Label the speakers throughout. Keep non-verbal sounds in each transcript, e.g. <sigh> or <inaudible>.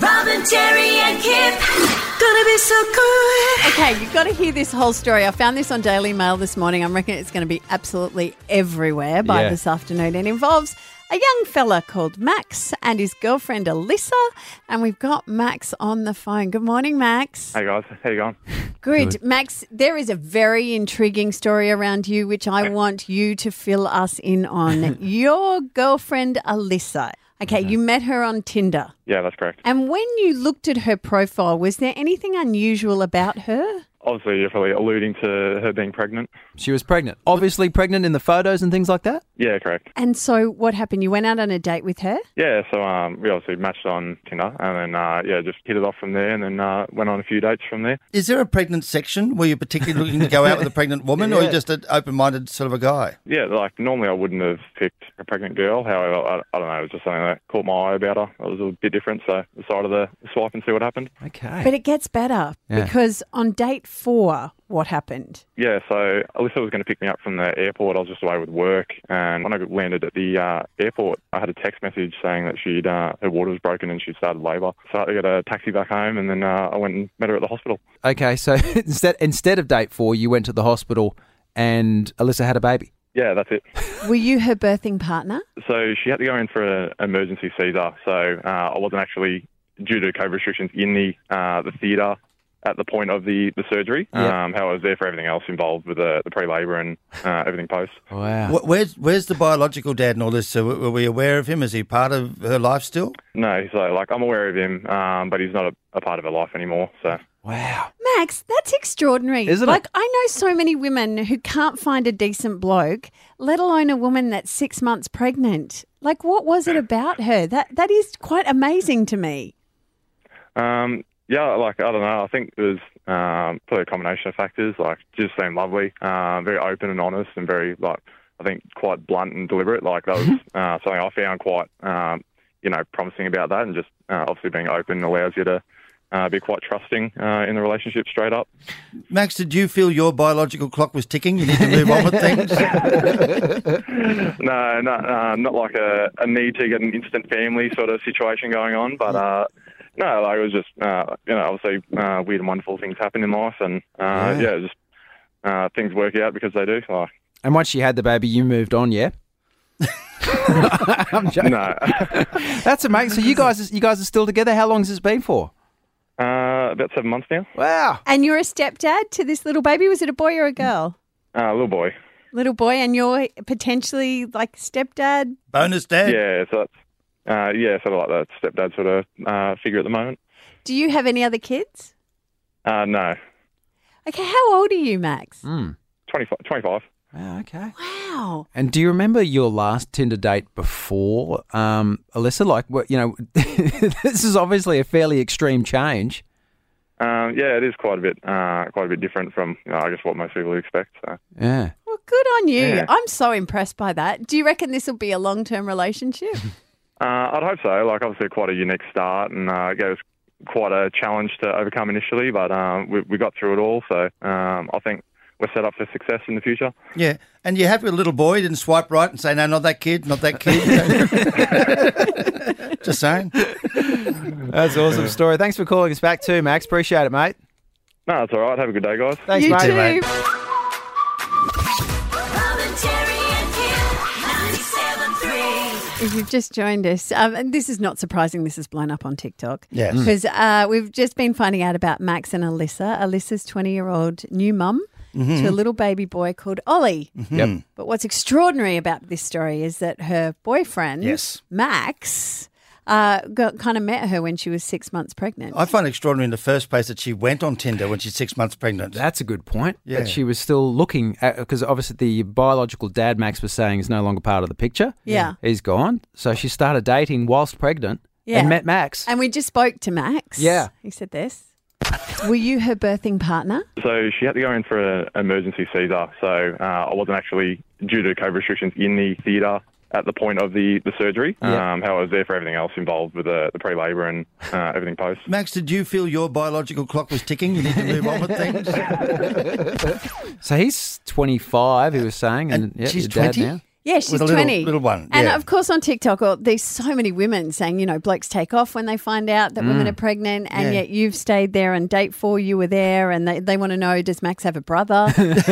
Speaker 1: Robin, Jerry, and Kip. Gonna be so good.
Speaker 2: Okay, you've got to hear this whole story. I found this on Daily Mail this morning. I reckon it's going to be absolutely everywhere by
Speaker 3: Yeah.
Speaker 2: this afternoon. It involves a young fella called Max and his girlfriend Alyssa. And we've got Max on the phone. Good morning, Max.
Speaker 4: Hey guys, how you going?
Speaker 2: Good. Max, there is a very intriguing story around you, which I want you to fill us in on. Your girlfriend Alyssa. Okay, you met her on Tinder.
Speaker 4: Yeah, that's correct.
Speaker 2: And when you looked at her profile, was there anything unusual about her?
Speaker 4: Obviously, you're probably alluding to her being pregnant.
Speaker 3: She was pregnant. Obviously pregnant in the photos and things like that.
Speaker 4: Yeah, correct.
Speaker 2: And so what happened? You went out on a date with her?
Speaker 4: Yeah, so um, we obviously matched on Tinder, and then uh, yeah, just hit it off from there, and then uh, went on a few dates from there.
Speaker 5: Is there a pregnant section? Were you particularly looking to go out with
Speaker 4: <laughs>
Speaker 5: a pregnant woman, or are you just an open-minded sort of a guy?
Speaker 4: Yeah, like normally I wouldn't have picked a pregnant girl. However, I, I don't know, it was just something that caught my eye about her. It was a bit different, so decided to swipe and see what happened.
Speaker 3: Okay.
Speaker 2: <laughs> But it gets better
Speaker 3: Yeah.
Speaker 2: because on date four, what happened?
Speaker 4: Yeah, so Alyssa was going to pick me up from the airport. I was just away with work, and when I landed at the uh, airport, I had a text message saying that she'd uh, her water was broken and she started labour. So I had to get a taxi back home, and then uh, I went and met her at the hospital.
Speaker 3: okay, so <laughs> instead instead of date four, you went to the hospital and Alyssa had a baby.
Speaker 4: Yeah, that's it.
Speaker 2: Were you her birthing partner?
Speaker 4: So she had to go in for an emergency Caesar. So uh, I wasn't actually due to COVID restrictions in the uh, the theatre at the point of the the surgery.
Speaker 3: Yeah.
Speaker 4: Um, however, I was there for everything else involved with the, the pre labour and uh, everything post.
Speaker 3: Wow.
Speaker 5: Wh- Where's Where's the biological dad in all this? So, w- were we aware of him? Is he part of her life still?
Speaker 4: No, so like I'm aware of him, um, but he's not a, a part of her life anymore. So.
Speaker 3: Wow.
Speaker 2: Max, that's extraordinary.
Speaker 3: Isn't it?
Speaker 2: like, I know so many women who can't find a decent bloke, let alone a woman that's six months pregnant. Like, what was it about her? That That is quite amazing to me.
Speaker 4: Um, yeah, like I don't know. I think it was um, probably a combination of factors. Like just seemed lovely, uh, very open and honest, and very like I think quite blunt and deliberate. Like that was uh, something I found quite um, you know promising about that, and just uh, obviously being open allows you to uh, be quite trusting uh, in the relationship straight up.
Speaker 5: Max, did you feel your biological clock was ticking? You need to
Speaker 4: <laughs>
Speaker 5: move on with things.
Speaker 4: No, not uh, not like a, a need to get an instant family sort of situation going on, but. Uh, no, like it was just uh, you know obviously uh, weird and wonderful things happen in life, and uh, yeah. just uh, things work out because they do. Like
Speaker 3: And once she had the baby, you moved on, yeah? <laughs> I'm
Speaker 4: <laughs>
Speaker 3: joking.
Speaker 4: no,
Speaker 3: That's amazing. So you guys you guys are still together. How long has this been for?
Speaker 4: uh, about seven months now.
Speaker 3: Wow.
Speaker 2: And you're a stepdad to this little baby. Was it a boy or a girl?
Speaker 4: Uh, little boy,
Speaker 2: Little boy, and you're potentially like stepdad.
Speaker 5: Bonus dad.
Speaker 4: yeah. So that's uh, yeah, sort of like that stepdad sort of uh, figure at the moment.
Speaker 2: Do you have any other kids?
Speaker 4: Uh, no,
Speaker 2: Okay, how old are you, Max?
Speaker 3: Mm.
Speaker 4: 25, 25.
Speaker 3: Wow, okay.
Speaker 2: Wow.
Speaker 3: And do you remember your last Tinder date before um, Alyssa? Like, what you know, <laughs> this is obviously a fairly extreme change.
Speaker 4: Um, yeah, it is quite a bit uh, quite a bit different from you know, I guess what most people would expect. So.
Speaker 3: Yeah.
Speaker 2: Well, good on you.
Speaker 4: Yeah.
Speaker 2: I'm so impressed by that. Do you reckon this will be a long term relationship?
Speaker 4: Uh, I'd hope so. Like, obviously, quite a unique start, and uh, it was quite a challenge to overcome initially, but um, we, we got through it all. So um, I think we're set up for success in the future.
Speaker 5: Yeah. And you happy with a little boy? You didn't swipe right and say, no, not that kid, not that
Speaker 4: <laughs>
Speaker 5: kid. just saying.
Speaker 3: That's an awesome story. Thanks for calling us back too, Max. Appreciate it, mate.
Speaker 4: No, it's all right. Have a good day, guys.
Speaker 3: Thanks,
Speaker 2: you
Speaker 3: mate.
Speaker 2: too.
Speaker 1: Robin, Jerry, and Kip. 97.3.
Speaker 2: If you've just joined us, um, and this is not surprising, this has blown up on TikTok.
Speaker 5: Yes.
Speaker 2: Because uh, we've just been finding out about Max and Alyssa, Alyssa's 20 year old new mum to a little baby boy called Ollie.
Speaker 3: Yep.
Speaker 2: But what's extraordinary about this story is that her boyfriend,
Speaker 5: Yes.
Speaker 2: Max, uh, got, kind of met her when she was six months pregnant.
Speaker 5: I find it extraordinary in the first place that she went on Tinder when she's six months pregnant.
Speaker 3: That's a good point.
Speaker 5: Yeah.
Speaker 3: That she was still looking at because obviously the biological dad Max was saying is no longer part of the picture.
Speaker 2: Yeah.
Speaker 3: He's gone. So she started dating whilst pregnant
Speaker 2: Yeah.
Speaker 3: and met Max.
Speaker 2: and we just spoke to Max.
Speaker 3: Yeah.
Speaker 2: He said this Were you her birthing partner?
Speaker 4: So she had to go in for an emergency Caesar. So uh, I wasn't actually due to COVID restrictions in the theatre at the point of the, the surgery.
Speaker 3: Yeah.
Speaker 4: Um, however, I was there for everything else involved with the, the pre labour and uh, everything post.
Speaker 5: Max, did you feel your biological clock was ticking? You need to move on with things.
Speaker 3: so he's 25, he was saying, and,
Speaker 5: And
Speaker 3: yep,
Speaker 5: she's
Speaker 3: your dad
Speaker 5: 20?
Speaker 3: now.
Speaker 2: Yeah, she's
Speaker 5: with a little,
Speaker 2: 20.
Speaker 5: little one.
Speaker 2: And
Speaker 5: yeah.
Speaker 2: of course, on TikTok, oh, there's so many women saying, you know, blokes take off when they find out that women are pregnant, and
Speaker 5: Mm. Yeah.
Speaker 2: yet you've stayed there and date four, you were there, and they, they want to know, does Max have a
Speaker 5: <laughs>
Speaker 2: brother? um, but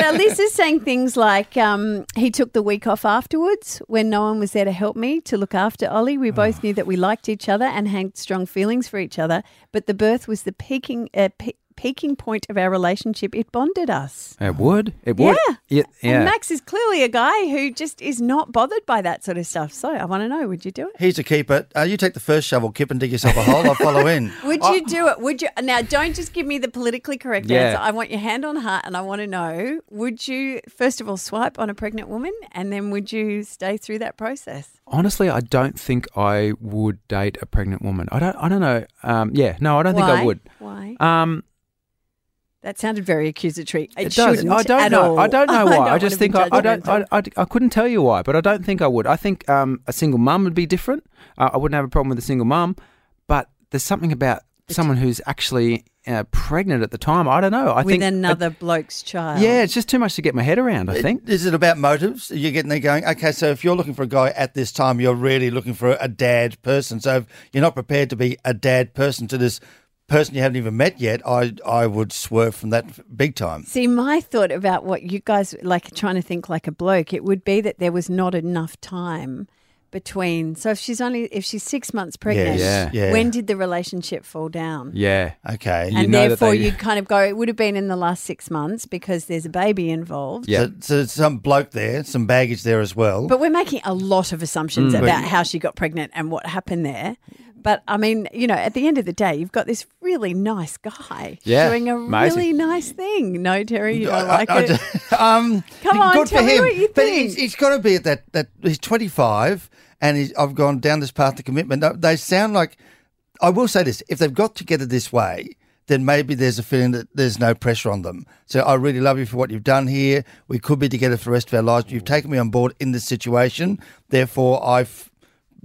Speaker 2: Alyssa's saying things like, um, he took the week off afterwards when no one was there to help me to look after Ollie. We
Speaker 5: Oh.
Speaker 2: both knew that we liked each other and had strong feelings for each other, but the birth was the peaking. Uh, pe- Peaking point of our relationship, it bonded us.
Speaker 3: It would. It would.
Speaker 2: Yeah.
Speaker 3: Yeah. yeah.
Speaker 2: And Max is clearly a guy who just is not bothered by that sort of stuff. So I want to know: Would you do it?
Speaker 5: Here's the keeper. Uh, you take the first shovel, Kip, and dig yourself a hole. I'll
Speaker 3: <laughs>
Speaker 5: follow in.
Speaker 2: Would you do it? Would you now? Don't just give me the politically correct
Speaker 3: Yeah.
Speaker 2: answer. I want your hand on heart, and I want to know: Would you first of all swipe on a pregnant woman, and then would you stay through that process?
Speaker 3: Honestly, I don't think I would date a pregnant woman. I don't. I don't know. Um, yeah. No, I don't think I
Speaker 2: Why?
Speaker 3: would.
Speaker 2: Why?
Speaker 3: Um,
Speaker 2: that sounded very accusatory. It,
Speaker 3: it does.
Speaker 2: shouldn't
Speaker 3: I don't
Speaker 2: at
Speaker 3: know.
Speaker 2: all. <laughs>
Speaker 3: I don't know why. I, just
Speaker 2: wanna be
Speaker 3: think I, I don't.
Speaker 2: judgmental.
Speaker 3: I, I, I couldn't tell you why, but I don't think I would. I think um, a single mum would be different. Uh, I wouldn't have a problem with a single mum, but there's something about someone who's actually uh, pregnant at the time. I don't know. I
Speaker 2: with
Speaker 3: think
Speaker 2: another bloke's child.
Speaker 3: yeah, it's just too much to get my head around. I
Speaker 2: <laughs>
Speaker 3: think.
Speaker 5: Is it about motives? You're getting there going, okay, so if you're looking for a guy at this time, you're really looking for a dad person. So if you're not prepared to be a dad person to this person you haven't even met yet, I, I would swerve from that big time.
Speaker 2: See, my thought about what you guys like trying to think like a bloke, it would be that there was not enough time between. So if she's only if she's six months pregnant,
Speaker 3: Yeah.
Speaker 5: Yeah.
Speaker 2: when did the relationship fall down?
Speaker 3: Yeah.
Speaker 5: Okay.
Speaker 2: And
Speaker 3: know that <laughs>
Speaker 2: therefore,
Speaker 3: they-
Speaker 2: you'd kind of go. It would have been in the last six months because there's a baby involved.
Speaker 3: Yeah.
Speaker 5: So, so there's some bloke there, some baggage there as well.
Speaker 2: But we're making a lot of assumptions
Speaker 3: Mm.
Speaker 2: about how she got pregnant and what happened there. But I mean, you know, at the end of the day, you've got this really nice guy
Speaker 3: Yeah,
Speaker 2: doing a
Speaker 3: amazing.
Speaker 2: really nice thing. No, Terry, you don't like it.
Speaker 5: just- um,
Speaker 2: Come on,
Speaker 5: good
Speaker 2: tell
Speaker 5: for
Speaker 2: me
Speaker 5: him.
Speaker 2: what you
Speaker 5: but
Speaker 2: think.
Speaker 5: he's- he's got to be at that. That he's twenty five, and he's, I've gone down this path to commitment. No, They sound like. I will say this: if they've got together this way, then maybe there's a feeling that there's no pressure on them. So I really love you for what you've done here. We could be together for the rest of our lives. You've taken me on board in this situation. Therefore, I've.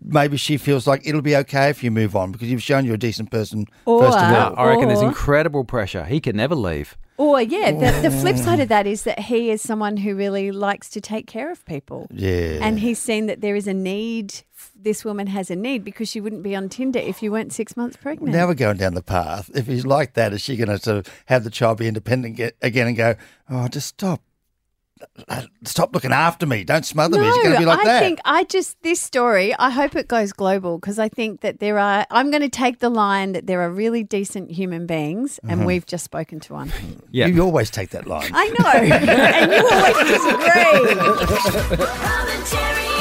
Speaker 5: Maybe she feels like it'll be okay if you move on because you've shown you're a decent person. first of
Speaker 2: Or-
Speaker 5: all,
Speaker 3: No, I reckon there's
Speaker 2: or-
Speaker 3: incredible pressure. He can never leave.
Speaker 2: Or yeah, the, the flip side of that is that he is someone who really likes to take care of people.
Speaker 5: Yeah.
Speaker 2: And he's seen that there is a need. This woman has a need because she wouldn't be on Tinder if you weren't six months pregnant.
Speaker 5: Now we're going down the path. If he's like that, is she going to sort of have the child be independent ge- again and go, oh, just stop, Uh, stop looking after me, don't smother me? Is it going to be like
Speaker 2: I
Speaker 5: that?
Speaker 2: think I just this story. I hope it goes global because I think that there are. I'm going to take the line that there are really decent human beings,
Speaker 5: Mm-hmm.
Speaker 2: and we've just spoken to one.
Speaker 3: Yeah.
Speaker 5: You always take that line. <laughs>
Speaker 2: I know, and you always disagree.
Speaker 1: Robin, Terry,